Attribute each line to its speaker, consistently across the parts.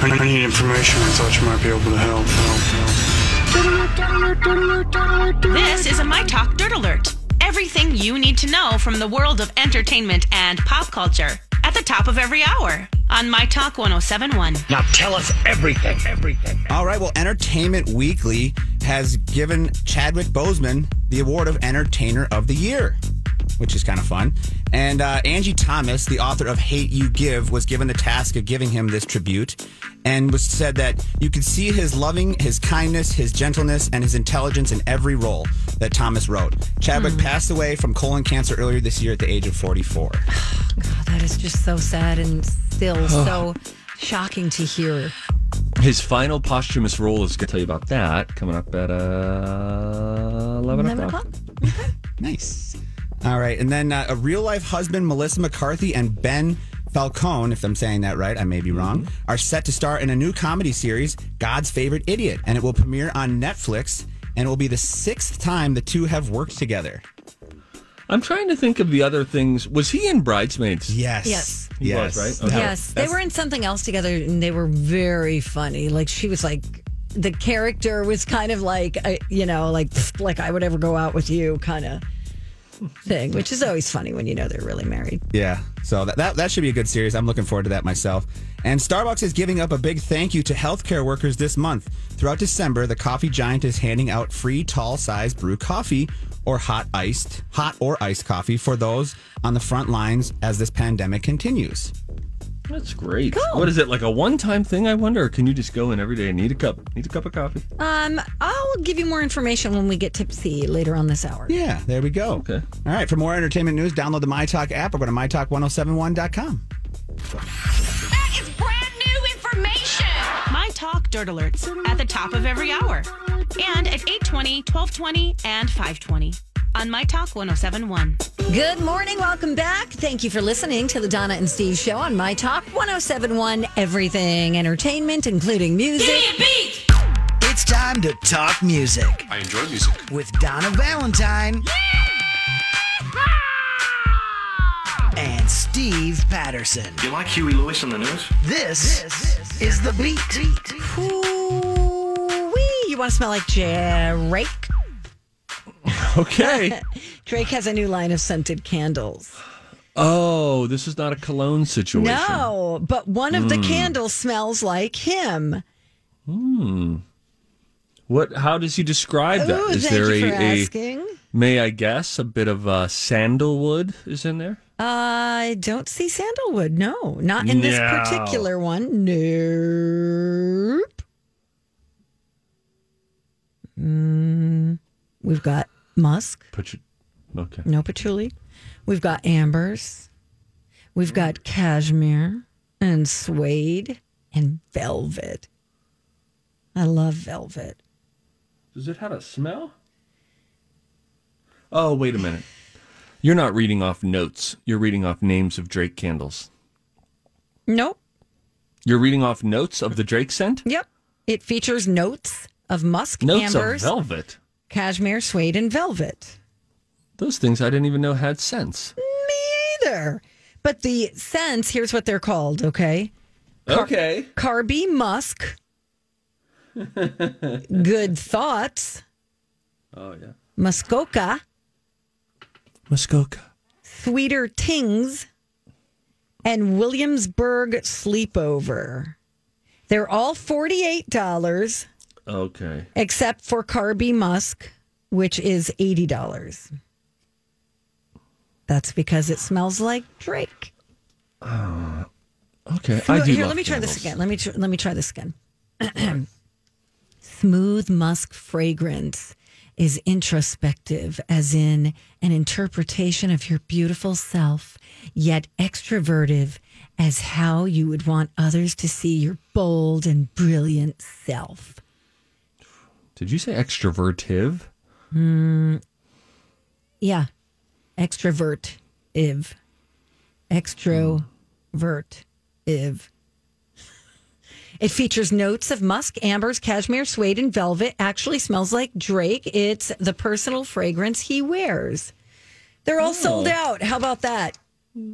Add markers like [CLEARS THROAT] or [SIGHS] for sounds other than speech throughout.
Speaker 1: I need information. I thought you might be able to help. help, help.
Speaker 2: This is a My Talk Dirt Alert. Everything you need to know from the world of entertainment and pop culture at the top of every hour on My Talk 1071.
Speaker 3: Now tell us everything, everything.
Speaker 4: All right, well, Entertainment Weekly has given Chadwick Boseman the award of Entertainer of the Year, which is kind of fun. And uh, Angie Thomas, the author of Hate You Give, was given the task of giving him this tribute and was said that you could see his loving, his kindness, his gentleness, and his intelligence in every role that Thomas wrote. Chadwick passed away from colon cancer earlier this year at the age of 44.
Speaker 5: God, that is just so sad and
Speaker 4: [SIGHS]
Speaker 5: still so shocking to hear.
Speaker 6: His final posthumous role is going to tell you about that coming up at uh, 11,
Speaker 5: 11
Speaker 6: o'clock.
Speaker 5: o'clock?
Speaker 4: Nice. All right. And then uh, a real life husband, Melissa McCarthy and Ben Falcone, if I'm saying that right, I may be wrong,
Speaker 6: Mm-hmm.
Speaker 4: are set to star in a new comedy series, God's Favorite Idiot. And it will premiere on Netflix and it will be the sixth time the two have worked together.
Speaker 6: I'm trying to think of the other things. Was he in Bridesmaids?
Speaker 4: Yes.
Speaker 5: Yes.
Speaker 6: He was, right? Okay.
Speaker 5: Yes, they
Speaker 4: That's-
Speaker 5: were in something else together, and they were very funny. Like she was like, the character was kind of like, I, you know, like "Pfft, like I would ever go out with you, kind of thing, which is always funny when you know they're really married.
Speaker 4: Yeah. So that, that that should be a good series. I'm looking forward to that myself. And Starbucks is giving up a big thank you to healthcare workers this month. Throughout December, the coffee giant is handing out free tall-sized brew coffee or hot iced, hot or iced coffee for those on the front lines as this pandemic continues.
Speaker 6: That's great. What is it, like a one time thing, I wonder? Or can you just go in every day and need a cup? Need a cup of coffee?
Speaker 5: Um, I'll give you more information when we get tipsy later on this hour.
Speaker 4: Yeah, there we go.
Speaker 6: Okay.
Speaker 4: All right, for more entertainment news, download the MyTalk app or go to mytalk1071.com.
Speaker 2: That is brand new information. My Talk Dirt Alerts at the top of every hour and at 820, 1220, and 520 on My Talk 1071.
Speaker 5: Good morning. Welcome back. Thank you for listening to the Donna and Steve show on My Talk 1071 Everything Entertainment, including music.
Speaker 3: It's time to talk music
Speaker 1: I enjoy music.
Speaker 3: with Donna Valentine and Steve Patterson.
Speaker 7: You like Huey Lewis on the news?
Speaker 3: This, is the beat.
Speaker 5: Ooh-wee. You want to smell like Drake?
Speaker 6: [LAUGHS]
Speaker 5: [LAUGHS]
Speaker 6: Okay.
Speaker 5: Drake has a new line of scented candles.
Speaker 6: oh, this is not a cologne situation.
Speaker 5: No, but one of
Speaker 6: Mm.
Speaker 5: the candles smells like him.
Speaker 6: What? How does he describe that?
Speaker 5: Ooh,
Speaker 6: Is
Speaker 5: thank
Speaker 6: there
Speaker 5: you for
Speaker 6: a, a
Speaker 5: asking.
Speaker 6: may I guess a bit of uh, sandalwood is in there?
Speaker 5: I don't see sandalwood. No, not in this
Speaker 6: No.
Speaker 5: particular one. Nope. Mm, we've got musk,
Speaker 6: Put your okay.
Speaker 5: no patchouli. We've got ambers.
Speaker 6: Mm-hmm.
Speaker 5: We've got cashmere and suede and velvet. I love velvet.
Speaker 6: Does it have a smell? Oh, wait a minute. You're not reading off notes. You're reading off names of Drake candles.
Speaker 5: Nope.
Speaker 6: You're reading off notes of the Drake scent?
Speaker 5: Yep. It features notes of musk,
Speaker 6: Notes
Speaker 5: ambers,
Speaker 6: of velvet.
Speaker 5: cashmere, suede, and velvet.
Speaker 6: Those things I didn't even know had scents.
Speaker 5: either. But the scents, here's what they're called, okay?
Speaker 6: Okay.
Speaker 5: Carby
Speaker 6: [LAUGHS]
Speaker 5: Musk. Good Thoughts.
Speaker 6: Oh, yeah.
Speaker 5: Muskoka.
Speaker 6: Muskoka.
Speaker 5: Sweeter Tings. And Williamsburg Sleepover. They're all $48
Speaker 6: Okay.
Speaker 5: except for Carby Musk, which is $80. That's because it smells like Drake.
Speaker 6: Okay. I do
Speaker 5: Here, let
Speaker 6: love
Speaker 5: me try
Speaker 6: candles.
Speaker 5: this again. Let me tr- let me try this again. [CLEARS THROAT] Smooth musk fragrance is introspective, as in an interpretation of your beautiful self, yet extrovertive, as how you would want others to see your bold and brilliant self.
Speaker 6: Did you say extrovertive?
Speaker 5: Yeah, extrovert if extrovert if. It features notes of musk, ambers, cashmere, suede, and velvet. Actually, smells like Drake. It's the personal fragrance he wears. They're all sold out. How about that?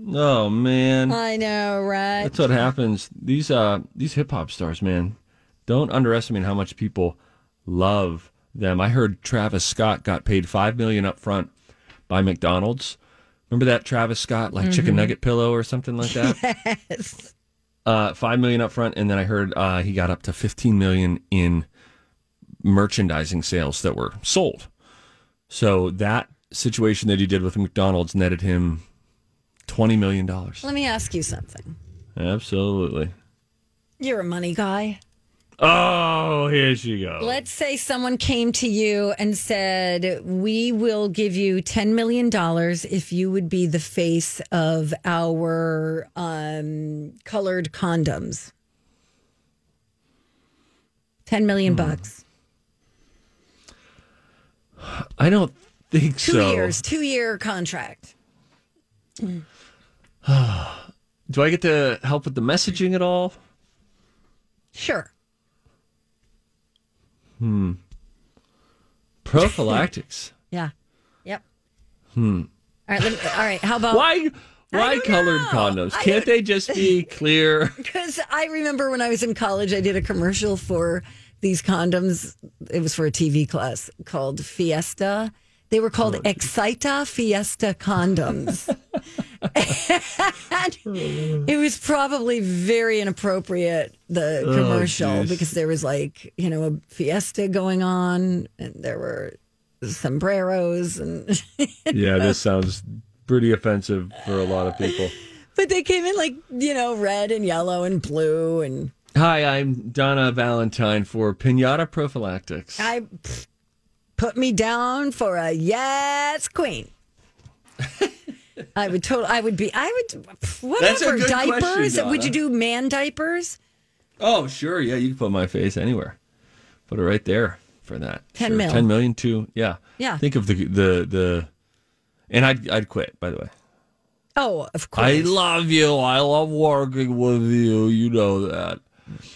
Speaker 6: Oh man.
Speaker 5: Oh. I know, right?
Speaker 6: That's what happens. These uh these hip hop stars, man, don't underestimate how much people love them. I heard Travis Scott got paid five million up front by McDonald's. Remember that Travis Scott like
Speaker 5: Mm-hmm.
Speaker 6: chicken nugget pillow or something like that? Yes.
Speaker 5: [LAUGHS]
Speaker 6: Uh, five million up front, and then I heard uh, he got up to fifteen million in merchandising sales that were sold. So that situation that he did with McDonald's netted him twenty million dollars.
Speaker 5: Let me ask you something.
Speaker 6: Absolutely.
Speaker 5: You're a money guy.
Speaker 6: Oh, here she goes.
Speaker 5: Let's say someone came to you and said, We will give you $10 million if you would be the face of our um, colored condoms. 10 million bucks.
Speaker 6: I don't think
Speaker 5: Two
Speaker 6: so.
Speaker 5: years, two year contract.
Speaker 6: Do I get to help with the messaging at all?
Speaker 5: Sure. [LAUGHS]
Speaker 6: Prophylactics.
Speaker 5: Yeah. Yep. Hmm. All right. Let me, all right. How about
Speaker 6: why? Why
Speaker 5: don't
Speaker 6: colored
Speaker 5: know.
Speaker 6: condoms?
Speaker 5: I
Speaker 6: Can't they
Speaker 5: [LAUGHS]
Speaker 6: just be clear?
Speaker 5: Because I remember when I was in college, I did a commercial for these condoms. It was for a TV class called Fiesta. They were called Excita Fiesta condoms. [LAUGHS] and it was probably very inappropriate, the commercial,
Speaker 6: geez.
Speaker 5: because there was like, you know, a fiesta going on and there were sombreros and [LAUGHS]
Speaker 6: yeah, this sounds pretty offensive for a lot of people.
Speaker 5: but they came in like, you know, red and yellow and blue and
Speaker 6: Hi, I'm Donna Valentine for Pinata Prophylactics.
Speaker 5: I pff, put me down for a yes
Speaker 6: [LAUGHS]
Speaker 5: queen. I would totally. I would be. I would pff,
Speaker 6: That's a
Speaker 5: whatever
Speaker 6: good question,
Speaker 5: diapers. would you
Speaker 6: Donna.
Speaker 5: do man diapers?
Speaker 6: oh, sure. Yeah, you can put my face anywhere. Put it right there for that.
Speaker 5: 10
Speaker 6: sure.
Speaker 5: mil.
Speaker 6: Ten million too. Yeah.
Speaker 5: Yeah.
Speaker 6: Think of the the the, and I'd I'd quit. By the way.
Speaker 5: Oh, of course.
Speaker 6: I love you. I love working with you. You know that.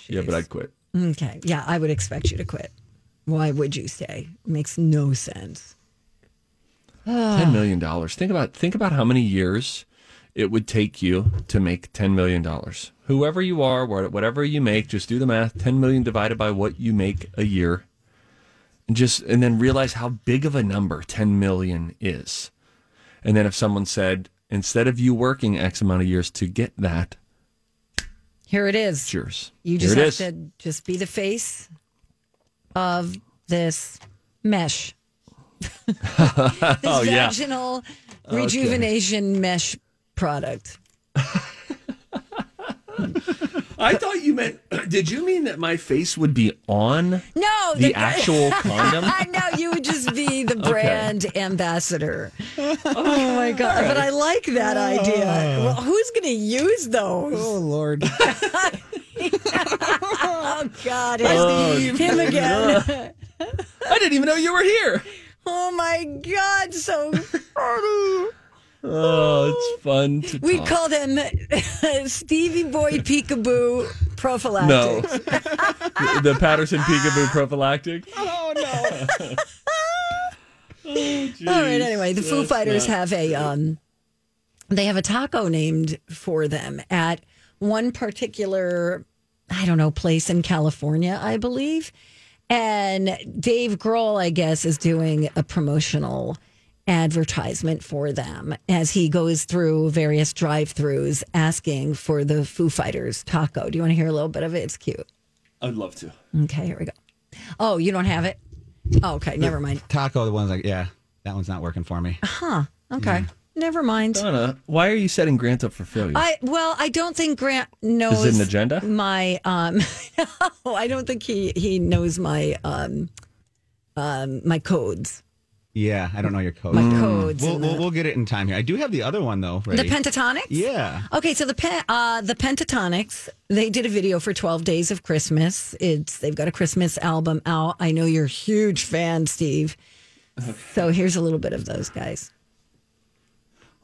Speaker 6: Yeah, but I'd quit.
Speaker 5: okay. Yeah, I would expect you to quit. Why would you stay? Makes no sense.
Speaker 6: Ten million dollars. Think about think about how many years it would take you to make ten million dollars. Whoever you are, wha- whatever you make, just do the math. Ten million divided by what you make a year, and just and then realize how big of a number ten million is. And then if someone said instead of you working X amount of years to get that,
Speaker 5: Here it is.
Speaker 6: it's yours.
Speaker 5: You just
Speaker 6: Here it
Speaker 5: have
Speaker 6: is. [LAUGHS]
Speaker 5: to just be the face of this mesh. this
Speaker 6: Oh, yeah. Oh,
Speaker 5: vaginal rejuvenation mesh product.
Speaker 6: I thought you meant. [CLEARS THROAT] Did you mean that my face would be on?
Speaker 5: No,
Speaker 6: the [LAUGHS] actual condom.
Speaker 5: no, you would just
Speaker 4: [LAUGHS]
Speaker 5: be the brand ambassador. [LAUGHS] Oh my god!
Speaker 6: [LAUGHS]
Speaker 5: But I like that idea. Well, who's going to use those?
Speaker 4: Ah. Oh, Lord.
Speaker 5: [LAUGHS] Oh god, it's him again.
Speaker 6: [LAUGHS] I didn't even know you were here.
Speaker 5: Oh my god, so funny.
Speaker 6: Oh,
Speaker 5: [LAUGHS]
Speaker 6: it's fun to
Speaker 5: We
Speaker 4: Oh.
Speaker 6: talk.
Speaker 5: called him [LAUGHS] Stevie Boy Peekaboo
Speaker 6: no. [LAUGHS]
Speaker 5: Prophylactics.
Speaker 6: the the Patterson Peekaboo
Speaker 5: [LAUGHS]
Speaker 6: prophylactic. Oh,
Speaker 4: oh, no.
Speaker 6: [LAUGHS]
Speaker 5: All right. Anyway, the Foo Fighters have a um, they have a taco named for them at one particular, I don't know, place in California, I believe. And Dave Grohl, I guess, is doing a promotional advertisement for them as he goes through various drive-throughs asking for the Foo Fighters taco. Do you want to hear a little bit of it? It's cute.
Speaker 6: I'd love to.
Speaker 5: Okay, here we go. Oh, you don't have it? Oh, okay, never mind.
Speaker 4: Taco, the one's like, yeah, that one's not working for me.
Speaker 5: Okay, never mind.
Speaker 6: Donna, why are you setting Grant up for failure?
Speaker 5: I well, I don't think Grant knows
Speaker 6: Is it an agenda?
Speaker 5: My um, [LAUGHS] no, I don't think he he knows my um, um, my codes,
Speaker 4: Yeah, I
Speaker 3: [LAUGHS]
Speaker 4: don't know your code.
Speaker 5: my
Speaker 6: Mm.
Speaker 5: codes.
Speaker 4: We'll,
Speaker 5: and
Speaker 4: we'll, we'll get it in time here. I do have the other one though.
Speaker 5: the, the
Speaker 4: ready.
Speaker 5: pentatonics.
Speaker 4: yeah.
Speaker 5: Okay, so the pe- uh, the Pentatonics they did a video for Twelve Days of Christmas. It's they've got a Christmas album out. I know you're a huge fan, Steve. So here's a little bit of those guys.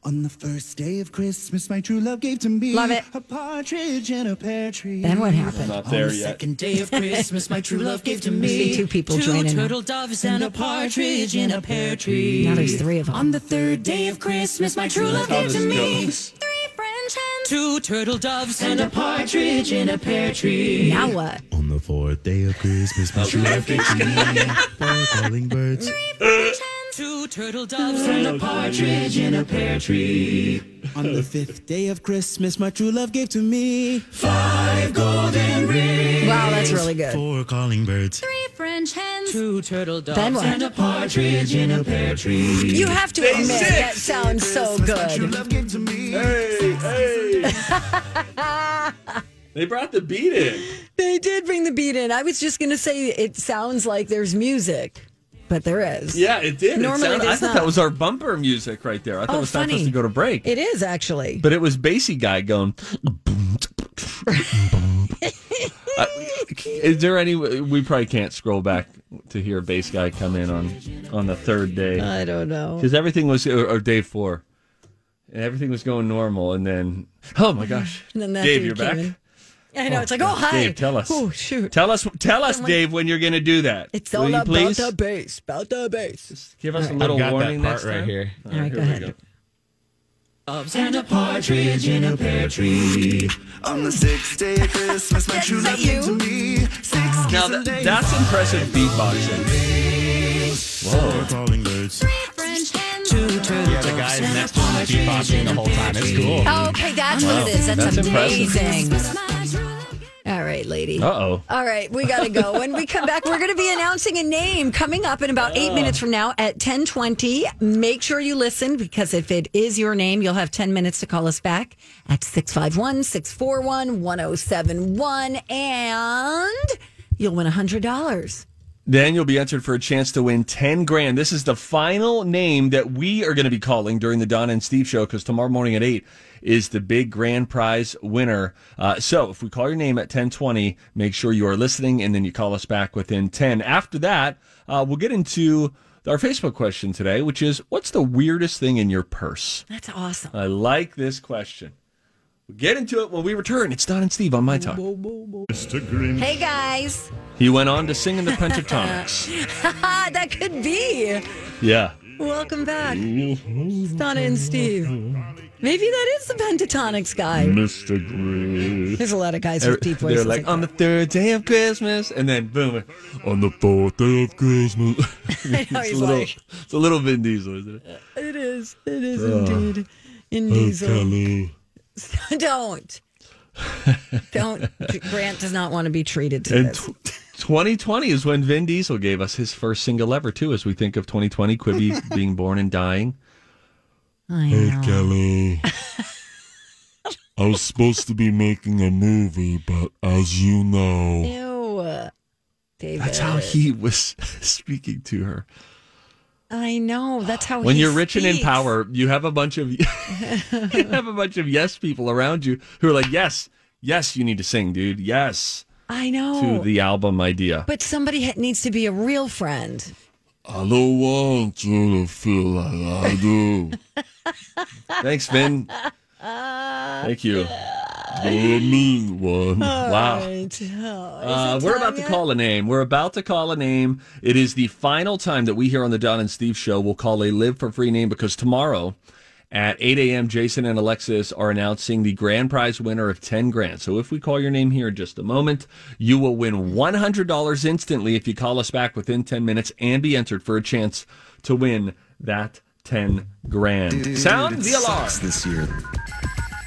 Speaker 7: On the first day of Christmas, my true love gave to me
Speaker 5: Love it.
Speaker 7: a partridge and a pear tree.
Speaker 5: Then what happened?
Speaker 6: Not there
Speaker 7: On the
Speaker 6: yet.
Speaker 7: second day of Christmas, my true love
Speaker 5: [LAUGHS]
Speaker 7: gave to
Speaker 5: Be
Speaker 7: me
Speaker 5: two people joining.
Speaker 7: turtle doves and a partridge in a pear tree.
Speaker 5: Now there's three of them.
Speaker 7: On the third day of Christmas, my true love
Speaker 6: How
Speaker 7: gave to
Speaker 6: this
Speaker 7: me
Speaker 6: goes.
Speaker 7: three French hens, two turtle doves, and a partridge in a pear tree.
Speaker 5: Now what?
Speaker 7: On the fourth day of Christmas, my true love gave to me four calling birds, two turtle doves, and a partridge in a pear tree. On the fifth day of Christmas, my true love gave to me five golden rings,
Speaker 5: Wow, that's really good.
Speaker 7: four calling birds,
Speaker 8: Three French hens.
Speaker 7: two turtle doves,
Speaker 5: Then what?
Speaker 7: and a partridge in a pear tree.
Speaker 5: You have to admit that sounds so good.
Speaker 7: love gave to me.
Speaker 6: Hey,
Speaker 5: [LAUGHS]
Speaker 6: hey. they brought the beat in.
Speaker 5: They did bring the beat in. I was just gonna say it sounds like there's music, but there is.
Speaker 6: Yeah, it did. It
Speaker 5: Normally
Speaker 6: sounded- I
Speaker 5: there's
Speaker 6: thought
Speaker 5: not.
Speaker 6: that was our bumper music right there. I thought
Speaker 5: Oh,
Speaker 6: it was time for us
Speaker 5: funny.
Speaker 6: to go to break.
Speaker 5: It is actually.
Speaker 6: but it was bassy guy going. Uh, is there any? We probably can't scroll back to hear bass guy come in on on the third day
Speaker 5: I don't know.
Speaker 6: because everything was or, or day four, and everything was going normal, and then oh my gosh,
Speaker 5: And then that
Speaker 6: Dave,
Speaker 5: dude
Speaker 6: you're back.
Speaker 5: came in. [LAUGHS] I know. it's like, oh,
Speaker 6: God.
Speaker 5: hi.
Speaker 6: Dave, tell us.
Speaker 5: Oh, shoot.
Speaker 6: Tell us, tell us, Dave, when you're going to do that.
Speaker 5: it's
Speaker 6: Will
Speaker 5: all
Speaker 6: you
Speaker 5: about
Speaker 6: please
Speaker 5: the bass. About the bass.
Speaker 6: give us a
Speaker 5: I've
Speaker 6: little
Speaker 4: got that
Speaker 6: warning
Speaker 4: part
Speaker 6: next
Speaker 4: right
Speaker 6: time?
Speaker 4: here.
Speaker 6: All
Speaker 5: All right, go
Speaker 6: here we
Speaker 5: ahead.
Speaker 7: and a partridge in a pear tree. On the sixth day of Christmas, my true
Speaker 5: Is that
Speaker 7: love gave to
Speaker 5: you?
Speaker 7: me six
Speaker 6: Now
Speaker 7: kissing
Speaker 6: that,
Speaker 7: days.
Speaker 6: that's impressive beatboxing.
Speaker 8: French hens.
Speaker 4: Yeah, the guys next to him beatboxing the whole time. It's cool.
Speaker 5: Oh, okay, that's what it is. That's,
Speaker 6: That's impressive.
Speaker 5: amazing.
Speaker 8: My true love gave
Speaker 5: All right, lady.
Speaker 6: Uh oh.
Speaker 5: All right, we got to go. When we come back, we're going to be announcing a name coming up in about eight minutes from now at 1020. Make sure you listen because if it is your name, you'll have 10 minutes to call us back at 651-641-1071 and you'll win $100.
Speaker 6: Then you'll be entered for a chance to win 10 grand. This is the final name that we are going to be calling during the Don and Steve show because tomorrow morning at 8 is the big grand prize winner. Uh, so if we call your name at 1020, make sure you are listening and then you call us back within 10. After that, uh, we'll get into our Facebook question today, which is what's the weirdest thing in your purse?
Speaker 5: That's awesome.
Speaker 6: I like this question. We'll get into it when we return. It's Don and Steve on My Talk.
Speaker 5: Hey guys.
Speaker 6: He went on to sing in the pentatonics.
Speaker 5: Ah, that could be.
Speaker 6: yeah.
Speaker 5: Welcome back. It's Donna and Steve. Maybe that is the pentatonics guy. Mr. Green. There's a lot of guys with deep voices.
Speaker 6: They're like, on the third day of Christmas, and then boom, on the fourth day
Speaker 7: [LAUGHS]
Speaker 6: of Christmas. [LAUGHS]
Speaker 5: I know,
Speaker 6: it's,
Speaker 5: he's
Speaker 6: a little,
Speaker 5: like,
Speaker 6: it's a little Vin Diesel, isn't it?
Speaker 5: it is. It is indeed. In
Speaker 6: Oh,
Speaker 5: diesel. [LAUGHS] Don't. Don't. Grant does not want to be treated to
Speaker 6: And
Speaker 5: this.
Speaker 6: tw 2020 is when Vin Diesel gave us his first single ever, too, as we think of 2020,
Speaker 7: [LAUGHS]
Speaker 6: Quibby being born and dying.
Speaker 5: I know.
Speaker 6: [LAUGHS]
Speaker 7: Kelly. I was supposed to be making a movie, but as you know,
Speaker 5: Ew. David.
Speaker 6: That's how he was [LAUGHS] speaking to her.
Speaker 5: I know. That's how
Speaker 6: When
Speaker 5: Oh, he
Speaker 6: you're rich and in
Speaker 5: speaks.
Speaker 6: power, you have a bunch of [LAUGHS] you have a bunch of yes people around you who are like, yes, yes, you need to sing, dude, yes,
Speaker 5: I know.
Speaker 6: to the album idea.
Speaker 5: Oh. But somebody ha- needs to be a real friend.
Speaker 7: I don't want you to feel like I do.
Speaker 6: [LAUGHS]
Speaker 5: [LAUGHS]
Speaker 6: Thanks, Vin. Thank you.
Speaker 7: You're a mean one.
Speaker 6: Wow.
Speaker 5: Right. Oh, is
Speaker 6: Uh,
Speaker 5: it
Speaker 6: we're
Speaker 5: time
Speaker 6: about to
Speaker 5: yet?
Speaker 6: call a name. We're about to call a name. It is the final time that we here on the Don and Steve show will call a live for free name because tomorrow at 8 a.m., Jason and Alexis are announcing the grand prize winner of 10 grand. So if we call your name here in just a moment, you will win $100 instantly if you call us back within 10 minutes and be entered for a chance to win that 10 grand. Sound the alarm.
Speaker 7: this year.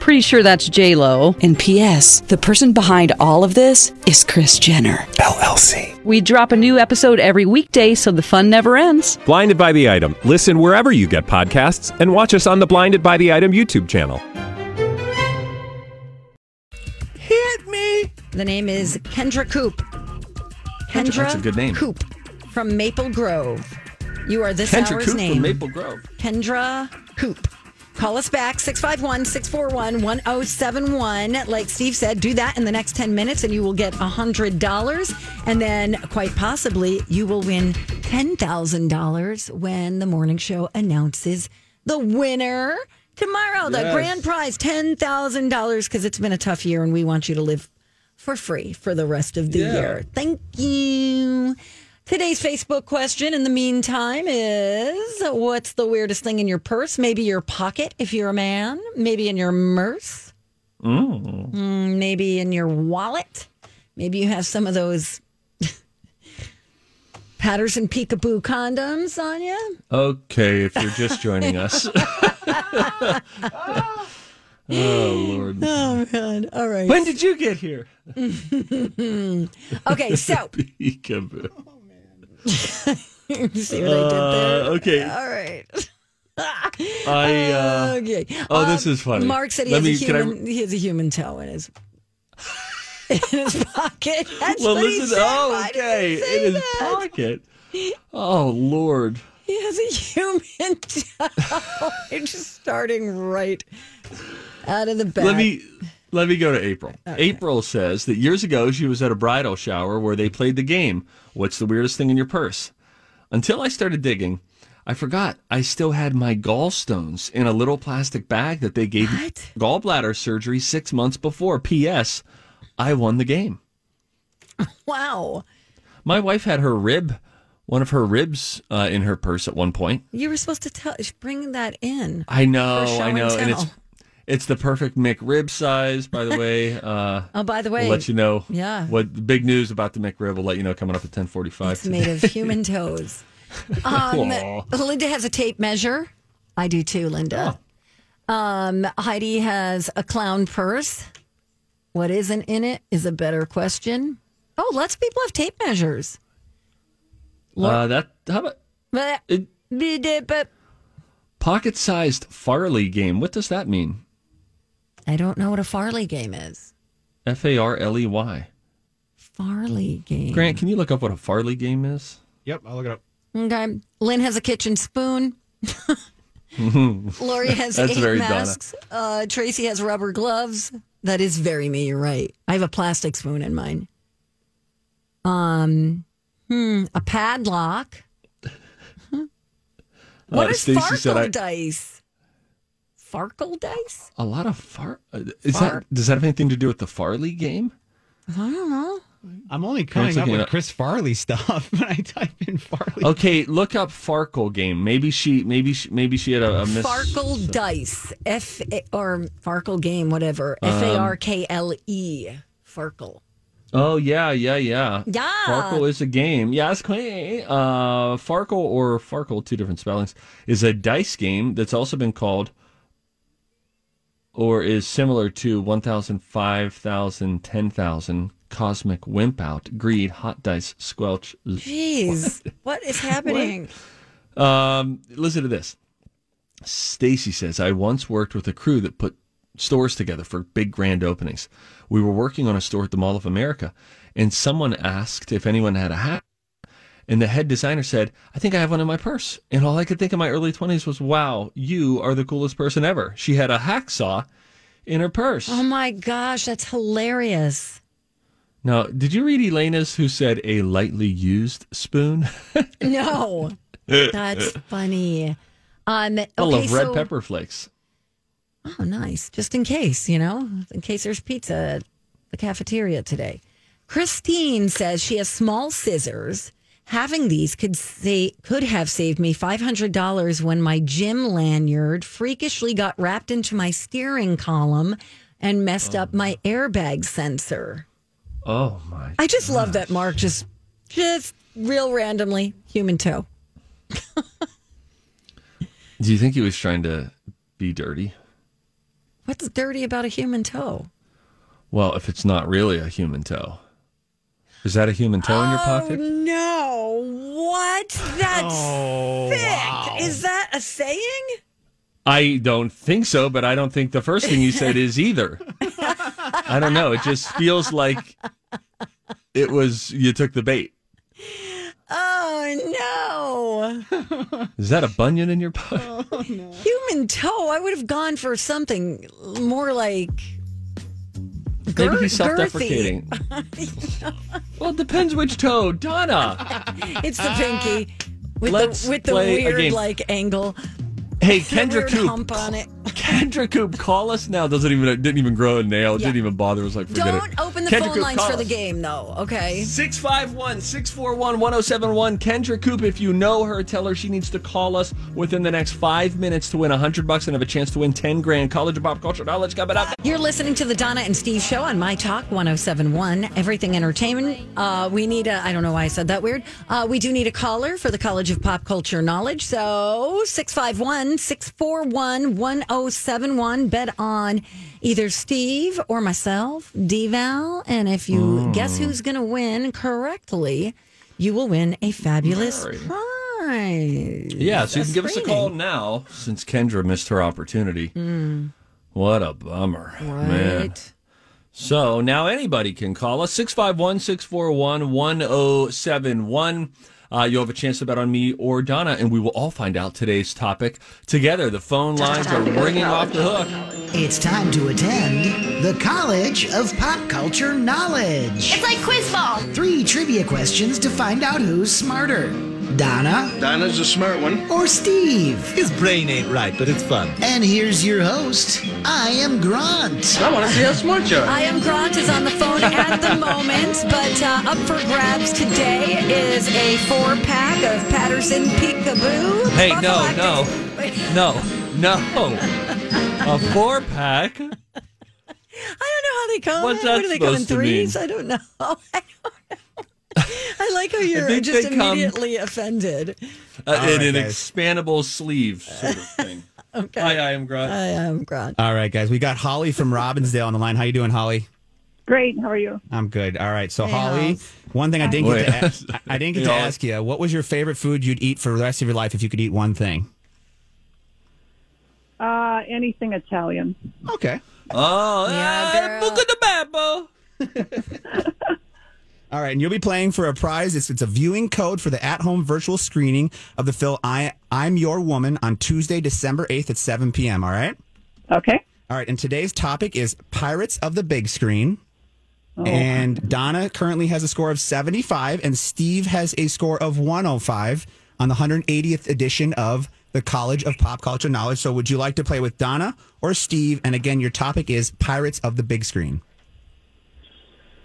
Speaker 9: Pretty sure that's J Lo. And P.S. The person behind all of this is Chris Jenner LLC. We drop a new episode every weekday, so the fun never ends.
Speaker 10: Blinded by the Item. Listen wherever you get podcasts and watch us on the Blinded by the Item YouTube channel.
Speaker 5: Hit me. The name is Kendra Coop.
Speaker 6: That's a-
Speaker 5: Kendra
Speaker 6: that's a good name.
Speaker 5: Coop from Maple Grove. You are this
Speaker 6: Kendra
Speaker 5: hour's
Speaker 6: Coop
Speaker 5: name.
Speaker 6: from Maple Grove.
Speaker 5: Kendra Coop. Call us back 651 641 1071. Like Steve said, do that in the next 10 minutes and you will get $100. And then, quite possibly, you will win $10,000 when the morning show announces the winner. Tomorrow, the
Speaker 11: Yes.
Speaker 5: grand prize $10,000 because it's been a tough year and we want you to live for free for the rest of the
Speaker 11: Yeah.
Speaker 5: year. Thank you. Today's Facebook question in the meantime is what's the weirdest thing in your purse? Maybe your pocket if you're a man, maybe in your purse,
Speaker 6: Mm.
Speaker 5: maybe in your wallet. Maybe you have some of those [LAUGHS] Patterson peekaboo condoms on you.
Speaker 6: Okay, if you're just
Speaker 5: [LAUGHS]
Speaker 6: joining us. oh, Lord.
Speaker 5: Oh, God. All right.
Speaker 6: When did you get here?
Speaker 5: okay, so
Speaker 6: Peekaboo.
Speaker 5: you see what I did there?
Speaker 6: Uh, okay.
Speaker 5: All right.
Speaker 6: I, uh,
Speaker 5: okay.
Speaker 6: oh, this is funny.
Speaker 5: Um, Mark said he
Speaker 6: Let
Speaker 5: has, a
Speaker 6: me- can I-
Speaker 5: human, he has a human toe in his [LAUGHS] in his pocket.
Speaker 6: [LAUGHS]
Speaker 5: That's
Speaker 6: well,
Speaker 5: what he
Speaker 6: listen.
Speaker 5: said.
Speaker 6: Oh,
Speaker 5: Why did he
Speaker 6: okay.
Speaker 5: say
Speaker 6: In his
Speaker 5: that?
Speaker 6: pocket. Oh, Lord.
Speaker 5: He has a human [LAUGHS] toe. You're just starting right out of the back.
Speaker 6: Let me let me go to April. April says that years ago she was at a bridal shower where they played the game. What's the weirdest thing in your purse? Until I started digging, I forgot I still had my gallstones in a little plastic bag that they gave me gallbladder surgery six months before. P.S. I won the game.
Speaker 5: Wow.
Speaker 6: My wife had her rib, one of her ribs, uh, in her purse at one point.
Speaker 5: You were supposed to tell bring that in.
Speaker 6: I know,
Speaker 5: For show
Speaker 6: I
Speaker 5: and
Speaker 6: know, and
Speaker 5: tell.
Speaker 6: it's it's the perfect McRib size. By the way,
Speaker 5: [LAUGHS]
Speaker 6: uh,
Speaker 5: Oh, by the way,
Speaker 6: we'll let you know.
Speaker 5: yeah.
Speaker 6: what the big news about the McRib? We'll let you know coming up at ten forty-five.
Speaker 5: It's made of
Speaker 6: [LAUGHS]
Speaker 5: human toes. Um,
Speaker 6: Aw.
Speaker 5: Linda has a tape measure. I do too,
Speaker 6: Oh. Uh,
Speaker 5: Linda. Um, Heidi has a clown purse. What isn't in it is a better question. Oh, lots of people have tape measures.
Speaker 6: uh, that how about
Speaker 5: But- but-
Speaker 6: pocket-sized Farley game? What does that mean?
Speaker 5: I don't know what a Farley game is.
Speaker 6: F A R L E Y.
Speaker 5: Farley game.
Speaker 6: Grant, can you look up what a Farley game is?
Speaker 4: Yep, I'll look it up.
Speaker 5: Okay. Lynn has a kitchen
Speaker 6: [LAUGHS]
Speaker 5: spoon. Lori has
Speaker 6: That's
Speaker 5: eight
Speaker 6: very Donna.
Speaker 5: masks. Uh, Tracy has rubber gloves. That is very me. You're right. I have a plastic spoon in mine. Um, hmm, a padlock. What
Speaker 6: Uh,
Speaker 5: are
Speaker 6: Stacy
Speaker 5: Farkle
Speaker 6: said I-
Speaker 5: dice? Farkle dice?
Speaker 6: A lot of far. uh, Is
Speaker 5: Far-
Speaker 6: that does that have anything to do with the Farley game?
Speaker 5: I don't know.
Speaker 4: I'm only
Speaker 6: Grant's
Speaker 4: coming up
Speaker 6: looking
Speaker 4: with
Speaker 6: it up.
Speaker 4: Chris Farley stuff [LAUGHS] when I type in Farley.
Speaker 6: [LAUGHS] Okay, look up Farkle game. Maybe she, maybe she, maybe she had a, a miss.
Speaker 5: Farkle dice. F or Farkle game, whatever.
Speaker 6: Um,
Speaker 5: F A R K L E. Farkle.
Speaker 6: Oh yeah, yeah, yeah.
Speaker 5: Yeah.
Speaker 6: Farkle is a game. Yes, queen. Uh, Farkle or Farkle, two different spellings, is a dice game that's also been called, or is similar to 1,000, 5,000, 10,000, Cosmic Wimp Out, Greed, Hot Dice, Squelch. [LAUGHS]
Speaker 5: Jeez, what is happening?
Speaker 6: Um, listen to this. Stacy says, I once worked with a crew that put stores together for big grand openings. We were working on a store at the Mall of America, and someone asked if anyone had a hat. And the head designer said, I think I have one in my purse. And all I could think in my early 20s was, wow, you are the coolest person ever. She had a hacksaw in her purse.
Speaker 5: Oh my gosh, that's hilarious.
Speaker 6: Now, did you read Elena's who said a lightly used spoon? [LAUGHS]
Speaker 5: No, that's funny. Um, okay,
Speaker 6: I love red
Speaker 5: so-
Speaker 6: pepper flakes.
Speaker 5: Oh, nice. Just in case, you know, in case there's pizza at the cafeteria today. Christine says she has small scissors, Having these could say could have saved me five hundred dollars when my gym lanyard freakishly got wrapped into my steering column and messed up my airbag sensor.
Speaker 6: Oh my!
Speaker 5: I just love that Mark just just real randomly human toe.
Speaker 6: Do you think he was trying to be dirty?
Speaker 5: What's dirty about a human toe?
Speaker 6: Well, if it's not really a human toe, is that a human toe in your pocket?
Speaker 5: No, what? That's
Speaker 6: Oh,
Speaker 5: thick. Is that a saying?
Speaker 6: I don't think so, but I don't think the first thing you said is either. I don't know. It just feels like it was you took the bait.
Speaker 5: Oh no.
Speaker 6: Is that a bunion in your pocket?
Speaker 5: Oh, Human toe. I would have gone for something more like
Speaker 6: Maybe
Speaker 5: gir-
Speaker 6: he's self-deprecating.
Speaker 5: [LAUGHS]
Speaker 6: well, it depends which toe, Donna.
Speaker 5: girthy. It's the pinky with
Speaker 6: Let's
Speaker 5: the with the
Speaker 6: play a
Speaker 5: weird
Speaker 6: game.
Speaker 5: like angle.
Speaker 6: Hey,
Speaker 5: The
Speaker 6: Kendra
Speaker 5: weird
Speaker 6: Coop.
Speaker 5: hump on it.
Speaker 6: Kendra Coop, call us now. Doesn't even it didn't even grow a nail. It Didn't even bother. It was like forget
Speaker 5: Don't
Speaker 6: it.
Speaker 5: open the
Speaker 6: Kendra
Speaker 5: phone
Speaker 6: Coop,
Speaker 5: lines
Speaker 6: call
Speaker 5: for the
Speaker 6: us.
Speaker 5: game though. Okay.
Speaker 6: 651 641 1071. Kendra Coop, if you know her, tell her she needs to call us within the next five minutes to win 100 bucks and have a chance to win 10 grand. College of Pop Culture Knowledge coming up.
Speaker 5: You're listening to the Donna and Steve show on My Talk 1071, Everything Entertainment. Uh, we need a, I don't know why I said that weird. Uh, we do need a caller for the College of Pop Culture Knowledge. So 651 641 1071. Bet on either Steve or myself, DVal. And if you guess who's going to win correctly, you will win a fabulous prize.
Speaker 6: Yeah, so you can give us a
Speaker 5: screening.
Speaker 6: call now since Kendra missed her opportunity.
Speaker 5: Mm.
Speaker 6: What a bummer. Man.
Speaker 5: Right.
Speaker 6: So now anybody can call us 651 641 1071. Uh, You'll have a chance to bet on me or Donna, and we will all find out today's topic together. The phone lines are ringing off the hook.
Speaker 3: It's time to attend the College of Pop Culture Knowledge. It's like quiz ball. Three trivia questions to find out who's smarter. Donna
Speaker 11: Dinah's a smart one.
Speaker 3: or Steve?
Speaker 11: His brain ain't right, but it's fun.
Speaker 3: And here's your host. I am Grant.
Speaker 11: I wanna see how smart you are.
Speaker 5: I am Grant is on the phone at [LAUGHS] the moment, but uh, up for grabs today is a four pack of Patterson Peekaboo.
Speaker 6: Hey, no, no,
Speaker 5: Prophylactic-
Speaker 6: no, no. A uh,
Speaker 5: [LAUGHS]
Speaker 6: four pack?
Speaker 5: I don't know how they come.
Speaker 6: What's
Speaker 5: what
Speaker 6: that
Speaker 5: do they come in
Speaker 6: supposed to mean?
Speaker 5: threes? I don't know. [LAUGHS] I don't know. I like
Speaker 6: [LAUGHS]
Speaker 5: how you're
Speaker 6: think
Speaker 5: just
Speaker 6: they come-
Speaker 5: immediately offended.
Speaker 6: Uh,
Speaker 4: All
Speaker 6: in
Speaker 4: right,
Speaker 6: an
Speaker 4: guys.
Speaker 6: expandable sleeve sort of thing.
Speaker 5: [LAUGHS] Okay.
Speaker 6: Hi, I am Grunt.
Speaker 5: I am Grant.
Speaker 4: All right, guys, we got
Speaker 12: [LAUGHS]
Speaker 4: Holly from Robbinsdale on the line. How you doing, Holly?
Speaker 12: Great. How are you?
Speaker 4: I'm good. All right, so
Speaker 12: Hey,
Speaker 4: Holly,
Speaker 12: Hoss.
Speaker 4: one thing I didn't get
Speaker 6: Wait.
Speaker 4: to ask, I I didn't get to
Speaker 6: Hey, Hoss.
Speaker 4: ask you, what was your favorite food you'd eat for the rest of your life if you could eat one thing?
Speaker 12: Uh, anything Italian.
Speaker 4: Okay.
Speaker 6: Oh,
Speaker 12: Yeah, girl.
Speaker 6: the babbo.
Speaker 4: All right, and you'll be playing for a prize. It's, it's a viewing code for the at-home virtual screening of the film I, I'm Your Woman on Tuesday, December 8th at 7 p.m., all right?
Speaker 12: Okay.
Speaker 4: All right, and today's topic is Pirates of the Big Screen. And Donna currently has a score of 75, and Steve has a score of 105 on the 180th edition of the College of Pop Culture Knowledge. So, would you like to play with Donna or Steve? And again, your topic is Pirates of the Big Screen.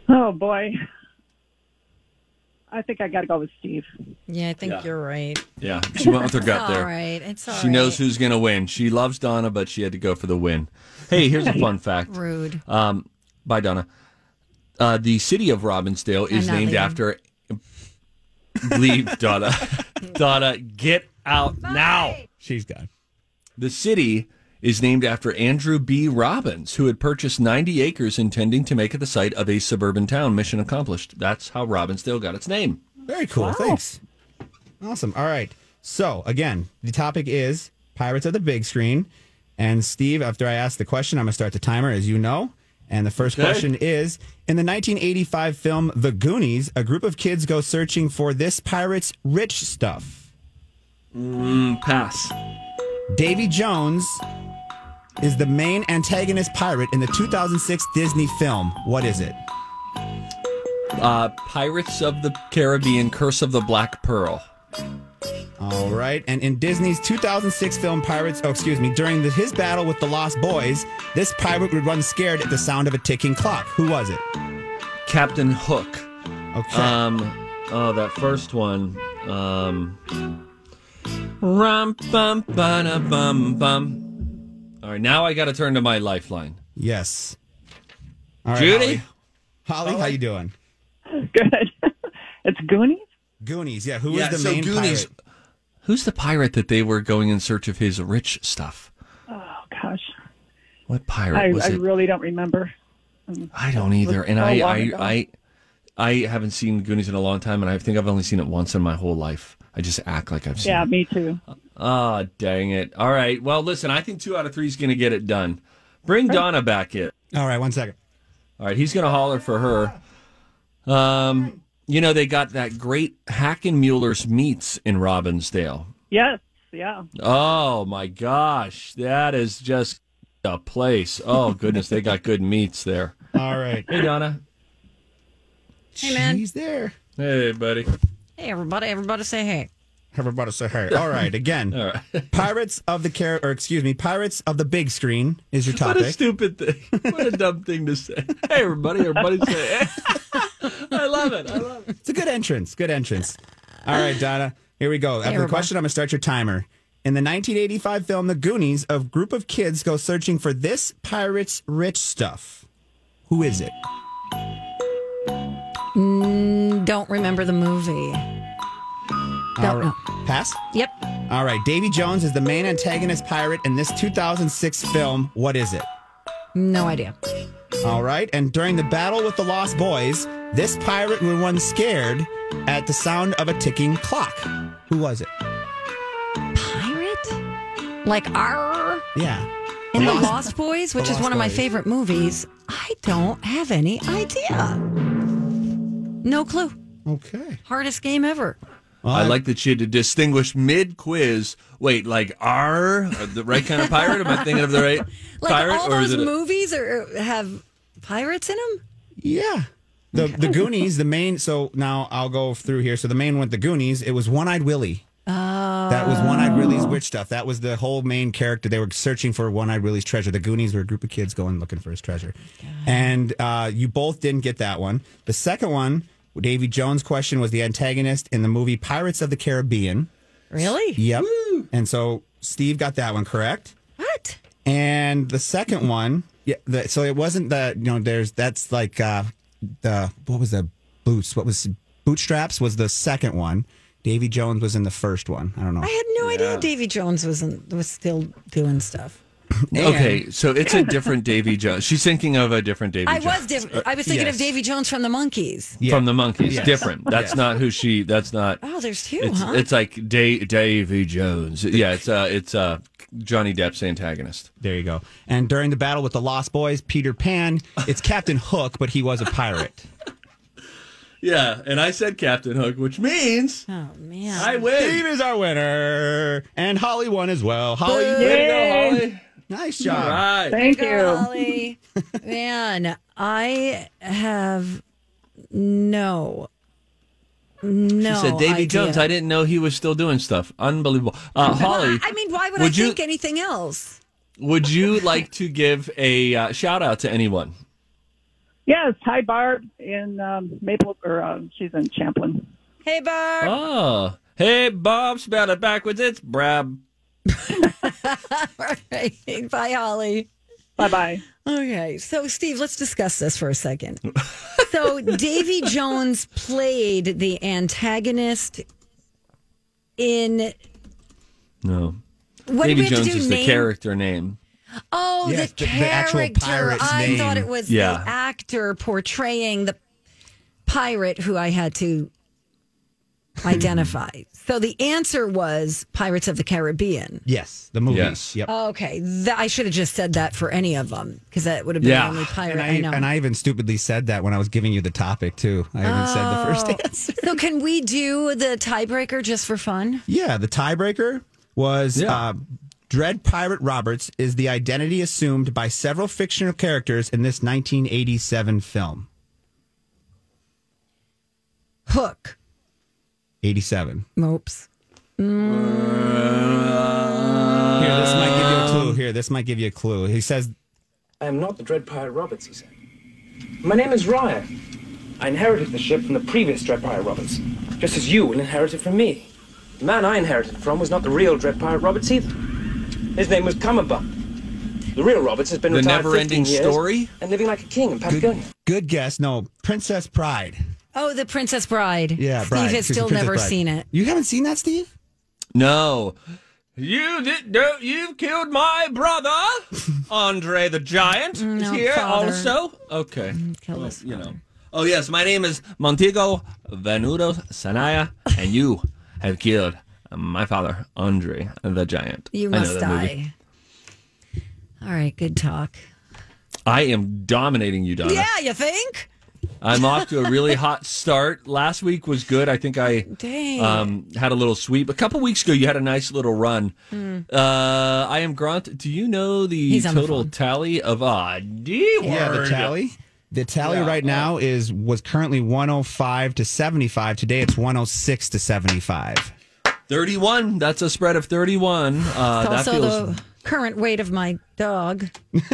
Speaker 12: Oh boy. I think I got to go with Steve. [LAUGHS]
Speaker 5: Yeah, I think
Speaker 6: Yeah.
Speaker 5: you're right.
Speaker 6: Yeah, she went with her gut
Speaker 5: It's
Speaker 6: there.
Speaker 5: All right. It's all
Speaker 6: she knows who's going to win. She loves Donna, but she had to go for the win. Hey,
Speaker 12: [LAUGHS]
Speaker 6: here's a fun fact.
Speaker 5: Rude.
Speaker 6: Um, bye, Donna. Uh, the city of Robbinsdale is
Speaker 5: I'm not
Speaker 6: named
Speaker 5: leaving.
Speaker 6: after.
Speaker 12: [LAUGHS]
Speaker 6: Leave, Donna. [LAUGHS] Donna, get out now.
Speaker 4: She's gone.
Speaker 6: The city is named after Andrew B. Robbins, who had purchased 90 acres intending to make it the site of a suburban town. Mission accomplished. That's how Robbinsdale got its name.
Speaker 4: Very cool. Thanks. Awesome. All right. So, again, the topic is Pirates of the Big Screen. And, Steve, after I ask the question, I'm going to start the timer, as you know. And the first
Speaker 6: Okay.
Speaker 4: question is In the 1985 film The Goonies, a group of kids go searching for this pirate's rich stuff.
Speaker 6: pass.
Speaker 4: Davy Jones is the main antagonist pirate in the 2006 Disney film. What is it?
Speaker 6: Uh, Pirates of the Caribbean, Curse of the Black Pearl.
Speaker 4: All right. And in Disney's 2006 film Pirates, oh, excuse me, during the, his battle with the Lost Boys, this pirate would run scared at the sound of a ticking clock. Who was it?
Speaker 6: Captain Hook.
Speaker 4: Okay.
Speaker 6: Um, Oh, that first one. Um, rum bum ba bum bum. All right, now I got to turn to my lifeline.
Speaker 4: Yes. All right,
Speaker 6: Judy?
Speaker 4: Holly, how you doing?
Speaker 12: Good. it's Goonies.
Speaker 4: Goonies, yeah. Who was
Speaker 6: Yeah,
Speaker 4: the
Speaker 6: so
Speaker 4: main
Speaker 6: Goonies-
Speaker 4: pirate?
Speaker 6: Who's the pirate that they were going in search of his rich stuff?
Speaker 12: Oh gosh,
Speaker 6: What pirate
Speaker 12: I,
Speaker 6: was
Speaker 12: I
Speaker 6: it?
Speaker 12: really don't remember. Um,
Speaker 6: I don't either, and
Speaker 12: Oh,
Speaker 6: I,
Speaker 12: long
Speaker 6: I,
Speaker 12: ago.
Speaker 6: I, I haven't seen Goonies in a long time, and I think I've only seen it once in my whole life. I just act like I've seen.
Speaker 12: yeah,
Speaker 6: It.
Speaker 12: me too.
Speaker 6: Ah, dang it! All right, well, listen, I think two out of three is going to get it done. Bring Donna back in.
Speaker 4: All right, one second.
Speaker 6: All right, he's going to holler for her. Um, you know they got that great Hackenmueller's meats in Robbinsdale.
Speaker 12: Yes, yeah.
Speaker 6: Oh my gosh, that is just a place. Oh goodness, they got good meats there.
Speaker 4: All right.
Speaker 6: Hey Donna.
Speaker 5: [LAUGHS] Hey, man.
Speaker 4: He's there.
Speaker 6: Hey buddy.
Speaker 5: Hey, everybody. Everybody say hey.
Speaker 4: Everybody say hey. All right, again.
Speaker 6: [LAUGHS] All right.
Speaker 4: Pirates of the Car- or excuse me, Pirates of the Big Screen is your topic.
Speaker 6: What a stupid thing. [LAUGHS] What a dumb thing to say. Hey, everybody. Everybody say, hey. [LAUGHS] I love it. I love it.
Speaker 4: It's a good entrance. Good entrance. All right, Donna. Here we go. After the
Speaker 6: everybody.
Speaker 4: question, I'm going to start your timer. In the 1985 film The Goonies, a group of kids go searching for this pirate's rich stuff. Who is it?
Speaker 5: Mm, don't remember the movie.
Speaker 4: All right. Pass?
Speaker 5: Yep.
Speaker 4: All right. Davy Jones is the main antagonist pirate in this 2006 film. What is it?
Speaker 5: No idea.
Speaker 4: All right. And during the battle with the Lost Boys, this pirate was one scared at the sound of a ticking clock. Who was it?
Speaker 5: Pirate? Like our
Speaker 4: Yeah.
Speaker 5: in the
Speaker 4: Lost-
Speaker 5: Lost Boys,
Speaker 4: The
Speaker 5: which is
Speaker 4: Lost
Speaker 5: one of my
Speaker 4: Boys.
Speaker 5: favorite movies. I don't have any idea. No clue.
Speaker 4: Okay.
Speaker 5: Hardest game ever.
Speaker 6: I like that you had to distinguish mid quiz. Wait, like, are the right kind of pirate? Am I thinking of the right
Speaker 5: Like
Speaker 6: pirate?
Speaker 5: all those movies are, have pirates in them.
Speaker 4: Yeah. The the Goonies, the main so now I'll go through here. So the main one with the Goonies, it was One Eyed Willie.
Speaker 5: Oh,
Speaker 4: That was One Eyed Willie's witch stuff. That was the whole main character. They were searching for One Eyed Willie's treasure. The Goonies were a group of kids going looking for his treasure. And uh, you both didn't get that one. The second one, Davy Jones' question was the antagonist in the movie Pirates of the Caribbean.
Speaker 5: really?
Speaker 4: Yep. And so Steve got that one correct.
Speaker 5: What?
Speaker 4: And the second one, yeah, the, so it wasn't the you know there's that's like uh the what was the boots? What was bootstraps was the second one. Davy Jones was in the first one. I don't know.
Speaker 5: I had no idea Davy Jones was in, was still doing stuff.
Speaker 6: Okay, so it's a different Davy Jones. She's thinking of a different Davy
Speaker 5: I
Speaker 6: Jones.
Speaker 5: was different. I was thinking of
Speaker 6: Uh, Yes.
Speaker 5: Davy Jones from the Monkeys.
Speaker 6: From the monkeys,
Speaker 5: Yes.
Speaker 6: different. That's
Speaker 5: Yes.
Speaker 6: not who she. That's not.
Speaker 5: Oh, there's two,
Speaker 6: It's,
Speaker 5: huh?
Speaker 6: it's like da- Davy Jones. Yeah, it's uh, it's uh, Johnny Depp's antagonist.
Speaker 4: There you go. And during the battle with the Lost Boys, Peter Pan, it's Captain Hook, but he was a
Speaker 5: [LAUGHS]
Speaker 4: pirate.
Speaker 6: Yeah, and I said Captain Hook, which means
Speaker 5: oh man,
Speaker 6: I win.
Speaker 4: Steve is our winner, and Holly won as well.
Speaker 6: Oh,
Speaker 4: Holly, you
Speaker 5: Boo.
Speaker 4: way to go,
Speaker 5: Yay.
Speaker 4: Holly. Nice job.
Speaker 5: All
Speaker 6: right.
Speaker 12: Thank you.
Speaker 5: Golly. Man, I have no. No.
Speaker 6: she said Davy
Speaker 5: idea.
Speaker 6: Jones. I didn't know he was still doing stuff. Unbelievable. Uh, Holly,
Speaker 5: I mean, why would, I
Speaker 6: would you-
Speaker 5: think anything else? [LAUGHS]
Speaker 6: would you like to give a uh, shout out to anyone?
Speaker 12: Yes, hi Barb in um, Maple, or uh, she's in Champlin.
Speaker 5: Hey, Barb.
Speaker 6: Oh, hey Bob, spelled it backwards. It's Brab.
Speaker 5: All right. Bye, Holly.
Speaker 12: Bye bye.
Speaker 5: Okay. So, Steve, let's discuss this for a second. so, Davy Jones played the antagonist in
Speaker 6: No,
Speaker 5: What do
Speaker 6: Davy
Speaker 5: we have to
Speaker 6: Jones
Speaker 5: do,
Speaker 6: is
Speaker 5: name?
Speaker 6: the character name.
Speaker 5: Oh,
Speaker 4: Yes, the-
Speaker 5: the,
Speaker 4: the
Speaker 5: character.
Speaker 4: actual pirate's
Speaker 5: I
Speaker 4: name.
Speaker 5: thought it was
Speaker 6: Yeah.
Speaker 5: the actor portraying the pirate who I had to identify. so the answer was Pirates of the Caribbean.
Speaker 4: Yes, the movie.
Speaker 6: Yes.
Speaker 4: Yep.
Speaker 5: Okay, Th- I should have just said that for any of them because that would have been
Speaker 4: Yeah.
Speaker 5: the only pirate
Speaker 4: and I,
Speaker 5: I, know.
Speaker 4: and I even stupidly said that when I was giving you the topic too. I even said the [LAUGHS] first
Speaker 5: Oh. so can we do the tiebreaker just for fun?
Speaker 4: Yeah, the tiebreaker was uh, Dread Pirate Roberts is the identity assumed by several fictional characters in this 1987 film.
Speaker 5: Hook.
Speaker 4: 87.
Speaker 5: Mopes.
Speaker 4: Here, this might give you a
Speaker 5: Um,
Speaker 4: clue. Here, this might give you a clue. He says,
Speaker 13: I am not the Dread Pirate Roberts, he said. My name is Ryan. I inherited the ship from the previous Dread Pirate Roberts, just as you will inherit it from me. The man I inherited from was not the real Dread Pirate Roberts either. His name was Cummerbund. The real Roberts has been
Speaker 4: The
Speaker 13: retired
Speaker 4: never-ending
Speaker 13: 15 years
Speaker 4: story?
Speaker 13: and living like a king in Patagonia.
Speaker 4: Good guess. No, Princess Pride.
Speaker 5: Oh, The Princess Bride.
Speaker 4: Yeah,
Speaker 5: Steve
Speaker 4: Bride.
Speaker 5: has
Speaker 4: Excuse me,
Speaker 5: still
Speaker 4: Princess
Speaker 5: never
Speaker 4: Bride.
Speaker 5: seen it.
Speaker 4: You haven't seen that, Steve?
Speaker 6: No. You did. No, you've killed my [LAUGHS] brother, Andre the Giant. is
Speaker 5: No,
Speaker 6: here
Speaker 5: father. Mm,
Speaker 6: also. Okay. Well, you know. Oh yes, my name is Montego Venuto Sanaya, and you have killed my father, Andre the Giant.
Speaker 5: You
Speaker 6: I know
Speaker 5: must
Speaker 6: that movie.
Speaker 5: die. All right, good talk.
Speaker 6: I am dominating you, Donna.
Speaker 5: Yeah, you think?
Speaker 6: I'm off to a really hot start. Last week was good. I think I
Speaker 5: Dang.
Speaker 6: um, had a little sweep. A couple weeks ago, you had a nice little run.
Speaker 5: Hmm.
Speaker 6: Uh, I am Grant. Do you know the
Speaker 4: He's on the
Speaker 6: total tally of ah, D word?
Speaker 4: Yeah, the tally. The tally
Speaker 6: Yeah,
Speaker 4: right now is was currently 105 to 75. Today it's 106 to 75.
Speaker 6: 31. That's a spread of 31. Uh,
Speaker 5: It's
Speaker 6: that
Speaker 5: also
Speaker 6: feels.
Speaker 5: the current weight of my dog.
Speaker 6: [LAUGHS]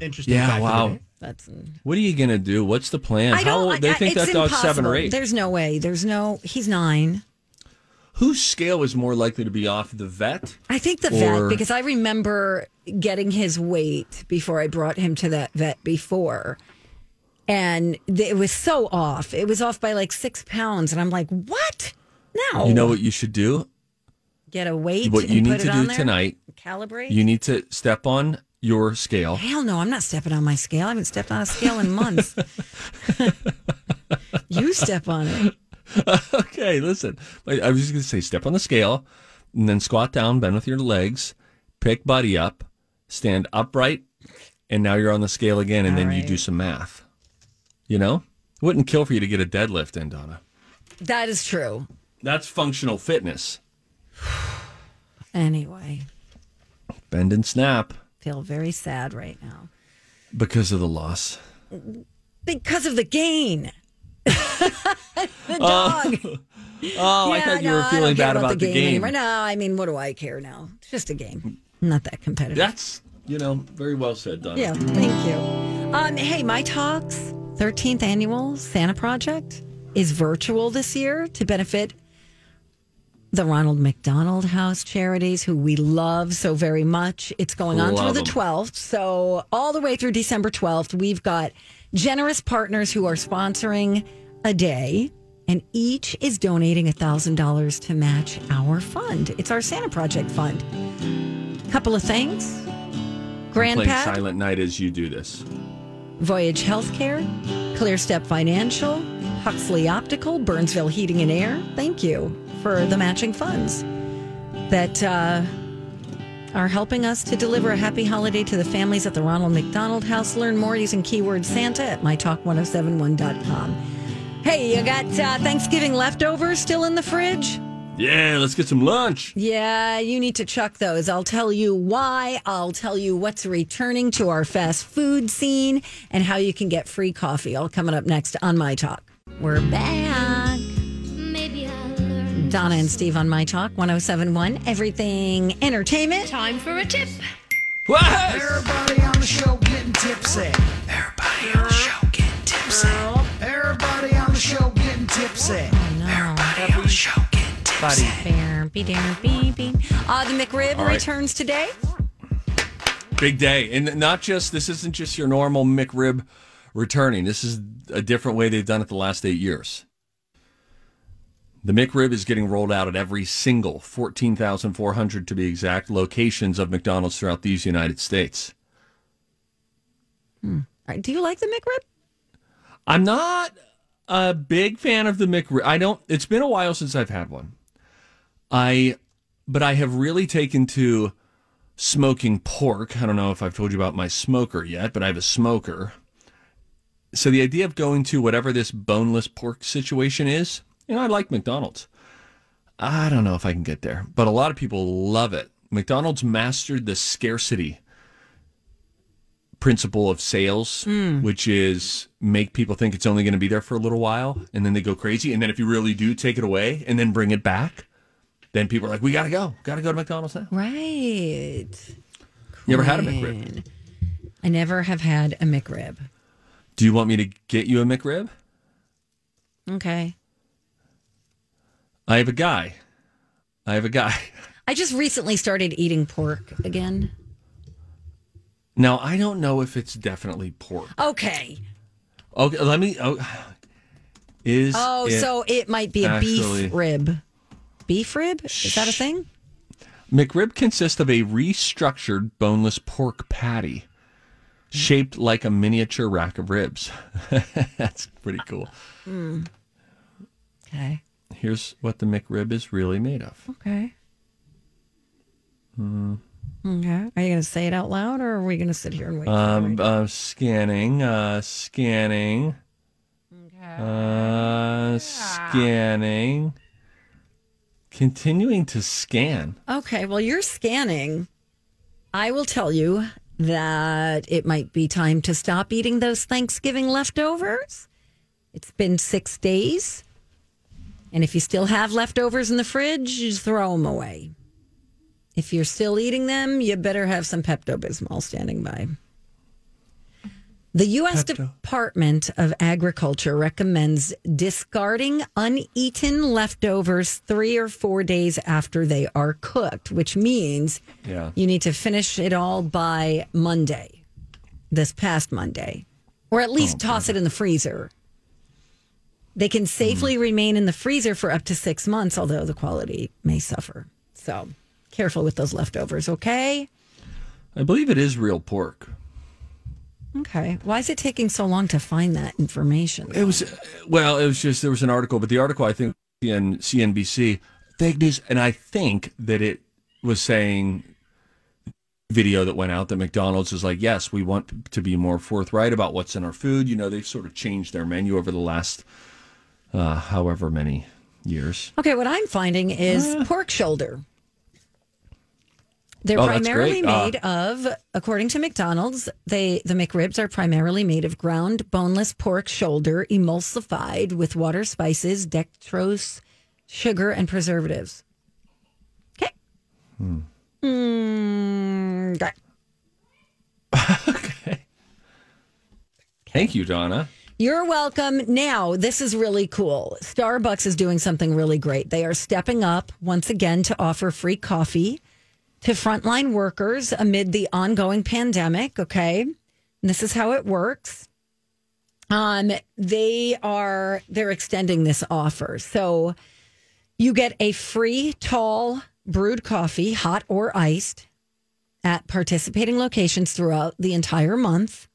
Speaker 4: Interesting.
Speaker 6: yeah,
Speaker 4: fact of the
Speaker 6: wow.
Speaker 4: day.
Speaker 5: That's
Speaker 6: What are you going to do? What's the plan?
Speaker 5: I don't.
Speaker 6: How old- They
Speaker 5: I-
Speaker 6: think
Speaker 5: it's
Speaker 6: that dog's
Speaker 5: impossible.
Speaker 6: seven or eight.
Speaker 5: There's no way. There's no. He's nine.
Speaker 6: Whose scale is more likely to be off? The vet?
Speaker 5: I think the vet
Speaker 6: Or-
Speaker 5: because I remember getting his weight before I brought him to that vet before, and th- it was so off. It was off by like six pounds, and I'm like, what? No.
Speaker 6: You know what you should do?
Speaker 5: Get a weight.
Speaker 6: what you
Speaker 5: and
Speaker 6: need
Speaker 5: put
Speaker 6: to
Speaker 5: it on
Speaker 6: do
Speaker 5: there?
Speaker 6: tonight
Speaker 5: Calibrate.
Speaker 6: you need to step on your [LAUGHS] scale
Speaker 5: Hell no, I'm not stepping on my scale. I haven't stepped on a scale in
Speaker 6: [LAUGHS]
Speaker 5: months. you step on it.
Speaker 6: okay listen i I was just going to say step on the scale and then squat down bend with your legs pick buddy up stand upright and now you're on the scale again and then you do some math you know wouldn't kill for you to get a deadlift in donna
Speaker 5: That is true.
Speaker 6: that's functional fitness
Speaker 5: Anyway,
Speaker 6: bend and snap
Speaker 5: feel very sad right now
Speaker 6: because of the loss
Speaker 5: because of the gain. the
Speaker 6: Oh.
Speaker 5: dog.
Speaker 6: oh i
Speaker 5: Yeah,
Speaker 6: thought you were
Speaker 5: no, I don't
Speaker 6: feeling
Speaker 5: care
Speaker 6: bad about, the, game,
Speaker 5: anymore. No, I mean, what do I care now? It's just a game. Not that competitive.
Speaker 6: that's you know very well said donna
Speaker 5: Yeah, thank you. Um, hey, my talks 13th annual Santa Project is virtual this year to benefit the Ronald McDonald House charities, who we love so very much. It's going on
Speaker 14: Love
Speaker 5: through
Speaker 14: 'em.
Speaker 5: the 12th. So, all the way through December 12th, we've got generous partners who are sponsoring a day, and each is donating $1,000 to match our fund. It's our Santa Project Fund. Couple of things. Grand
Speaker 6: playing
Speaker 5: Pat,
Speaker 6: silent night as you do this
Speaker 5: Voyage Healthcare, ClearStep Financial, Huxley Optical, Burnsville Heating and Air. Thank you for the matching funds that uh, are helping us to deliver a happy holiday to the families at the Ronald McDonald House. Learn more using keyword Santa at mytalk1071.com. Hey, you got uh, Thanksgiving leftovers still in the fridge?
Speaker 6: yeah let's get some lunch
Speaker 5: Yeah, you need to chuck those. I'll tell you why. I'll tell you what's returning to our fast food scene and how you can get free coffee. All coming up next on My Talk. We're back.
Speaker 8: Maybe I'll
Speaker 5: Donna and Steve on My Talk 1071, everything entertainment. Time for a tip.
Speaker 3: Everybody on the show getting tipsy. Everybody on the show getting tipsy. Everybody on the show getting tipsy.
Speaker 5: Oh,
Speaker 3: Everybody on the show getting tipsy.
Speaker 5: Be there, be, be. Uh, the McRib
Speaker 6: All right.
Speaker 5: returns today.
Speaker 6: Big day. And not just, this isn't just your normal McRib returning. This is a different way they've done it the last eight years. The McRib is getting rolled out at every single 14,400 to be exact locations of McDonald's throughout these United States.
Speaker 5: All right, do you like the McRib?
Speaker 6: I'm not a big fan of the McRib. I don't. It's been a while since I've had one. I, but I have really taken to smoking pork. I don't know if I've told you about my smoker yet, but I have a smoker. So the idea of going to whatever this boneless pork situation is, you know, I like McDonald's. I don't know if I can get there, but a lot of people love it. McDonald's mastered the scarcity principle of sales,
Speaker 5: Hmm.
Speaker 15: Mm.
Speaker 6: which is make people think it's only going to be there for a little while and then they go crazy. And then if you really do take it away and then bring it back, then people are like, we got to go. Got to go to McDonald's now.
Speaker 5: Right.
Speaker 6: You ever had a
Speaker 5: Quinn.
Speaker 6: McRib?
Speaker 5: I never have had a McRib.
Speaker 6: Do you want me to get you a McRib?
Speaker 5: Okay.
Speaker 6: I have a guy. I have a guy. [LAUGHS]
Speaker 5: I just recently started eating pork again.
Speaker 6: Now I don't know if it's definitely pork.
Speaker 5: Okay.
Speaker 6: Okay, let me. Oh, is
Speaker 5: oh,
Speaker 6: it
Speaker 5: so it might be a
Speaker 6: actually-
Speaker 5: beef rib. Beef rib? Is that a thing?
Speaker 6: McRib consists of a restructured boneless pork patty shaped like a miniature rack of ribs. [LAUGHS] That's pretty cool.
Speaker 5: Hmm. Okay.
Speaker 6: Here's what the McRib is really made of.
Speaker 5: Okay.
Speaker 6: Hmm.
Speaker 5: Okay. Are you going to say it out loud or are we going to sit here and wait?
Speaker 6: Um, uh, scanning, uh, scanning, uh, scanning, continuing to scan.
Speaker 5: Okay. Well, you're scanning. I will tell you that it might be time to stop eating those Thanksgiving leftovers. It's been six days. And if you still have leftovers in the fridge, you just throw them away. If you're still eating them, you better have some Pepto Bismol standing by. The U.S. Department of Agriculture recommends discarding uneaten leftovers three or four days after they are cooked, which means
Speaker 6: Yeah.
Speaker 5: you need to finish it all by Monday, this past Monday, or at least toss it in the freezer. They can safely remain in the freezer for up to six months, although the quality may suffer. So careful with those leftovers, okay?
Speaker 6: I believe it is real pork.
Speaker 5: Okay. Why is it taking so long to find that information?
Speaker 6: It was well, it was just there was an article, but the article I think in CNBC fake news, and I think that it was saying video that went out that McDonald's is like, yes, we want to be more forthright about what's in our food. You know, they've sort of changed their menu over the last uh, however many years.
Speaker 5: Okay, what I'm finding is
Speaker 6: Uh.
Speaker 5: pork shoulder. They're
Speaker 6: Oh, that's
Speaker 5: primarily
Speaker 6: great. Uh,
Speaker 5: made of, according to McDonald's, they the McRibs are primarily made of ground boneless pork shoulder, emulsified with water, spices, dextrose, sugar, and preservatives.
Speaker 6: Hmm.
Speaker 5: Mm, okay.
Speaker 6: Thank you, Donna.
Speaker 5: You're welcome. Now, this is really cool. Starbucks is doing something really great. They are stepping up once again to offer free coffee to frontline workers amid the ongoing pandemic. Okay. And this is how it works. Um, they are they're extending this offer. So you get a free tall brewed coffee, hot or iced, at participating locations throughout the entire month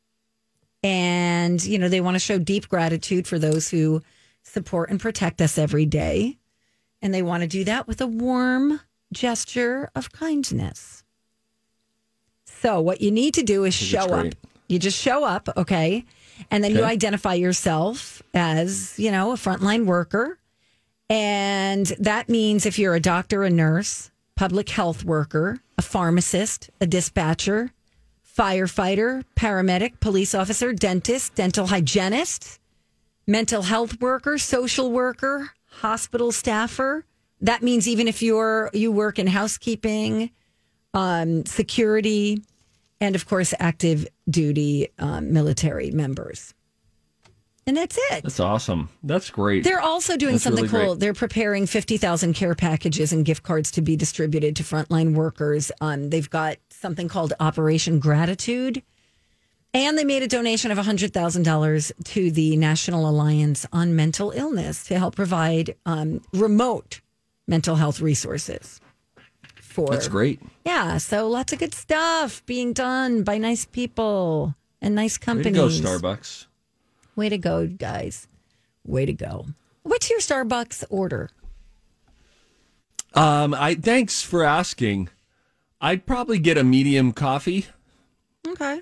Speaker 5: and you know they want to show deep gratitude for those who support and protect us every day and they want to do that with a warm gesture of kindness so what you need to do is
Speaker 3: think
Speaker 5: show
Speaker 3: it's
Speaker 5: up
Speaker 3: great.
Speaker 5: you just show up okay and then you
Speaker 3: Okay.
Speaker 5: identify yourself as you know a frontline worker and that means if you're a doctor, a nurse, public health worker, a pharmacist, a dispatcher, firefighter, paramedic, police officer, dentist, dental hygienist, mental health worker, social worker, hospital staffer. That means even if you're you work in housekeeping, um, security, and of course active duty um, military members. And that's it.
Speaker 6: That's awesome. That's great.
Speaker 5: They're also doing
Speaker 6: That's
Speaker 5: something
Speaker 6: really great.
Speaker 5: cool. They're preparing 50,000 care packages and gift cards to be distributed to frontline workers. Um, they've got something called Operation Gratitude. And they made a donation of $100,000 to the National Alliance on Mental Illness to help provide um, remote mental health resources. For,
Speaker 6: That's great.
Speaker 5: Yeah. So lots of good stuff being done by nice people and nice
Speaker 6: Way to
Speaker 5: companies.
Speaker 6: go, Starbucks.
Speaker 5: Way to go, guys. Way to go. What's your Starbucks order?
Speaker 6: Um, I thanks for asking. I'd probably get a medium coffee.
Speaker 5: Okay.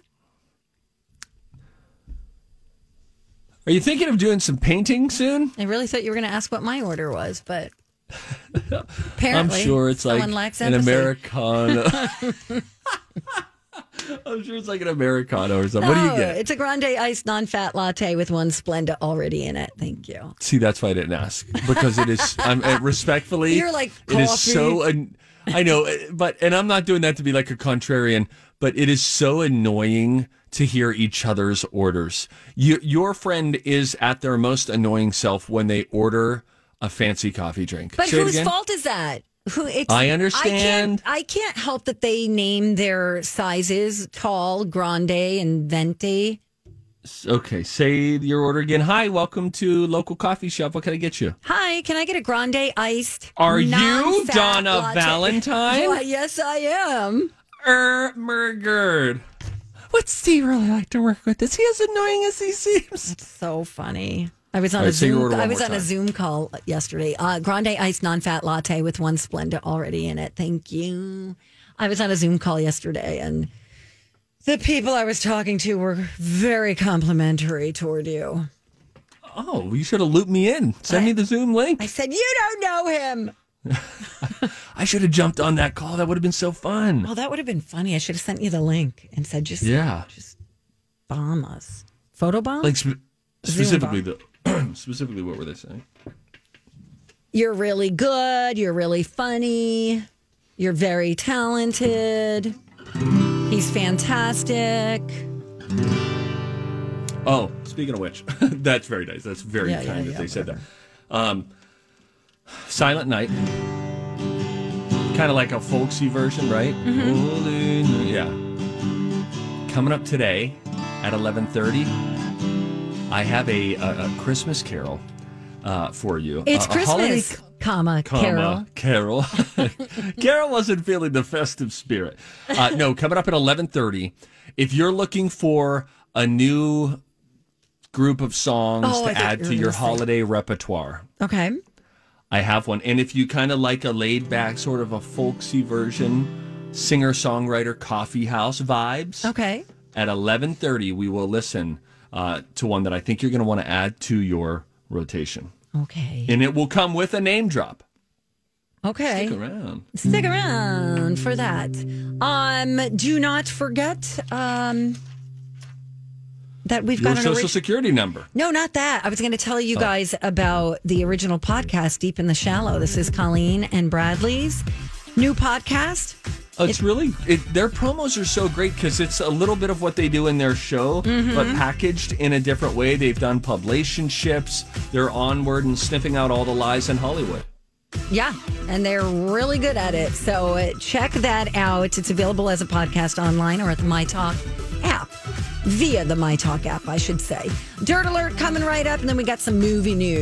Speaker 6: Are you thinking of doing some painting soon?
Speaker 5: I really thought you were going to ask what my order was, but apparently,
Speaker 6: I'm sure it's like
Speaker 5: someone lacks
Speaker 6: an
Speaker 5: empathy. [LAUGHS]
Speaker 6: Americano. [LAUGHS] I'm sure it's like an Americano or something. what do
Speaker 5: No,
Speaker 6: you get?
Speaker 5: It's a grande iced non-fat latte with one Splenda already in it. Thank you.
Speaker 6: See, that's why I didn't ask because it is. I'm uh, respectfully.
Speaker 5: [LAUGHS] You're like,
Speaker 6: it is
Speaker 5: coffee.
Speaker 6: so. an- I know, uh, but and I'm not doing that to be like a contrarian, but it is so annoying to hear each other's orders. You, your friend is at their most annoying self when they order a fancy coffee drink.
Speaker 5: But
Speaker 6: Say it
Speaker 5: whose
Speaker 6: again.
Speaker 5: fault is that? Who it's,
Speaker 6: I
Speaker 5: I
Speaker 6: understand.
Speaker 5: can't, I can't help that they name their sizes tall, grande, and venti.
Speaker 6: Okay, say your order again. Hi, welcome to local coffee shop. What can I get you?
Speaker 5: Hi, can I get a grande iced?
Speaker 6: Are you
Speaker 5: non-fat
Speaker 6: Donna
Speaker 5: latte?
Speaker 6: Valentine?
Speaker 5: Why, yes, I am.
Speaker 6: Er, Murgard.
Speaker 5: What's
Speaker 6: Steve really like to work with? Is he as annoying as he seems?
Speaker 5: That's so funny. I was on
Speaker 6: All right,
Speaker 5: a
Speaker 6: say your
Speaker 5: Zoom.
Speaker 6: order one
Speaker 5: I was
Speaker 6: more
Speaker 5: on a
Speaker 6: time.
Speaker 5: Zoom call yesterday. Uh, grande iced non-fat latte with one Splenda already in it. Thank you. I was on a Zoom call yesterday, and the people I was talking to were very complimentary toward you.
Speaker 6: Oh, you should have looped me in. Send me the Zoom link.
Speaker 5: I said, "You don't know him."
Speaker 6: I should have jumped on that call. That would have been so fun.
Speaker 5: Well, that would have been funny. I should have sent you the link and said, "Just
Speaker 6: yeah.
Speaker 5: bomb us, photo bomb."
Speaker 6: like spe- specifically
Speaker 5: Zoom
Speaker 6: the [CLEARS THROAT] specifically what were they saying?
Speaker 5: you're really good. You're really funny. You're very talented. He's fantastic.
Speaker 6: Oh, speaking of which, [LAUGHS] that's very nice. That's very
Speaker 5: Yeah, yeah,
Speaker 6: kind that
Speaker 5: yeah,
Speaker 6: they said that. Um, Silent Night, kind of like a folksy version, right?
Speaker 14: Mhm.
Speaker 5: Mm-hmm.
Speaker 6: Holy night. Yeah. Coming up today at eleven thirty, I have a, a, a Christmas carol uh, for you.
Speaker 5: It's
Speaker 6: A- a holiday
Speaker 5: Christmas, comma, Carol.
Speaker 6: comma, Carol. [LAUGHS] Carol wasn't feeling the festive spirit. Uh, no, coming up at eleven thirty. If you're looking for a new group of songs
Speaker 5: Oh, I
Speaker 6: to
Speaker 5: thought
Speaker 6: add
Speaker 5: you
Speaker 6: to
Speaker 5: were
Speaker 6: your
Speaker 5: gonna say-
Speaker 6: holiday repertoire,
Speaker 5: Okay.
Speaker 6: I have one. And if you kind of like a laid back, sort of a folksy version, singer songwriter coffee house vibes,
Speaker 5: Okay.
Speaker 6: at eleven thirty we will listen uh, to one that I think you're going to want to add to your rotation,
Speaker 5: Okay.
Speaker 6: and it will come with a name drop.
Speaker 5: Okay.
Speaker 6: Stick around.
Speaker 5: Stick around for that. Um, do not forget um, that we've
Speaker 6: your
Speaker 5: got an
Speaker 6: social
Speaker 5: orig-
Speaker 6: security number.
Speaker 5: No, not that. I was going to tell you
Speaker 6: Oh.
Speaker 5: guys about the original podcast, Deep in the Shallow. This is Colleen and Bradley's new podcast.
Speaker 6: Oh, It's really it, their promos are so great because it's a little bit of what they do in their show, but
Speaker 5: Mm-hmm.
Speaker 6: packaged in a different way. They've done publicationships. They're onward and sniffing out all the lies in Hollywood.
Speaker 5: Yeah, and they're really good at it. So uh, check that out. It's available as a podcast online or at the My Talk app, via the My Talk app, I should say. Dirt Alert coming right up, and then we got some movie news.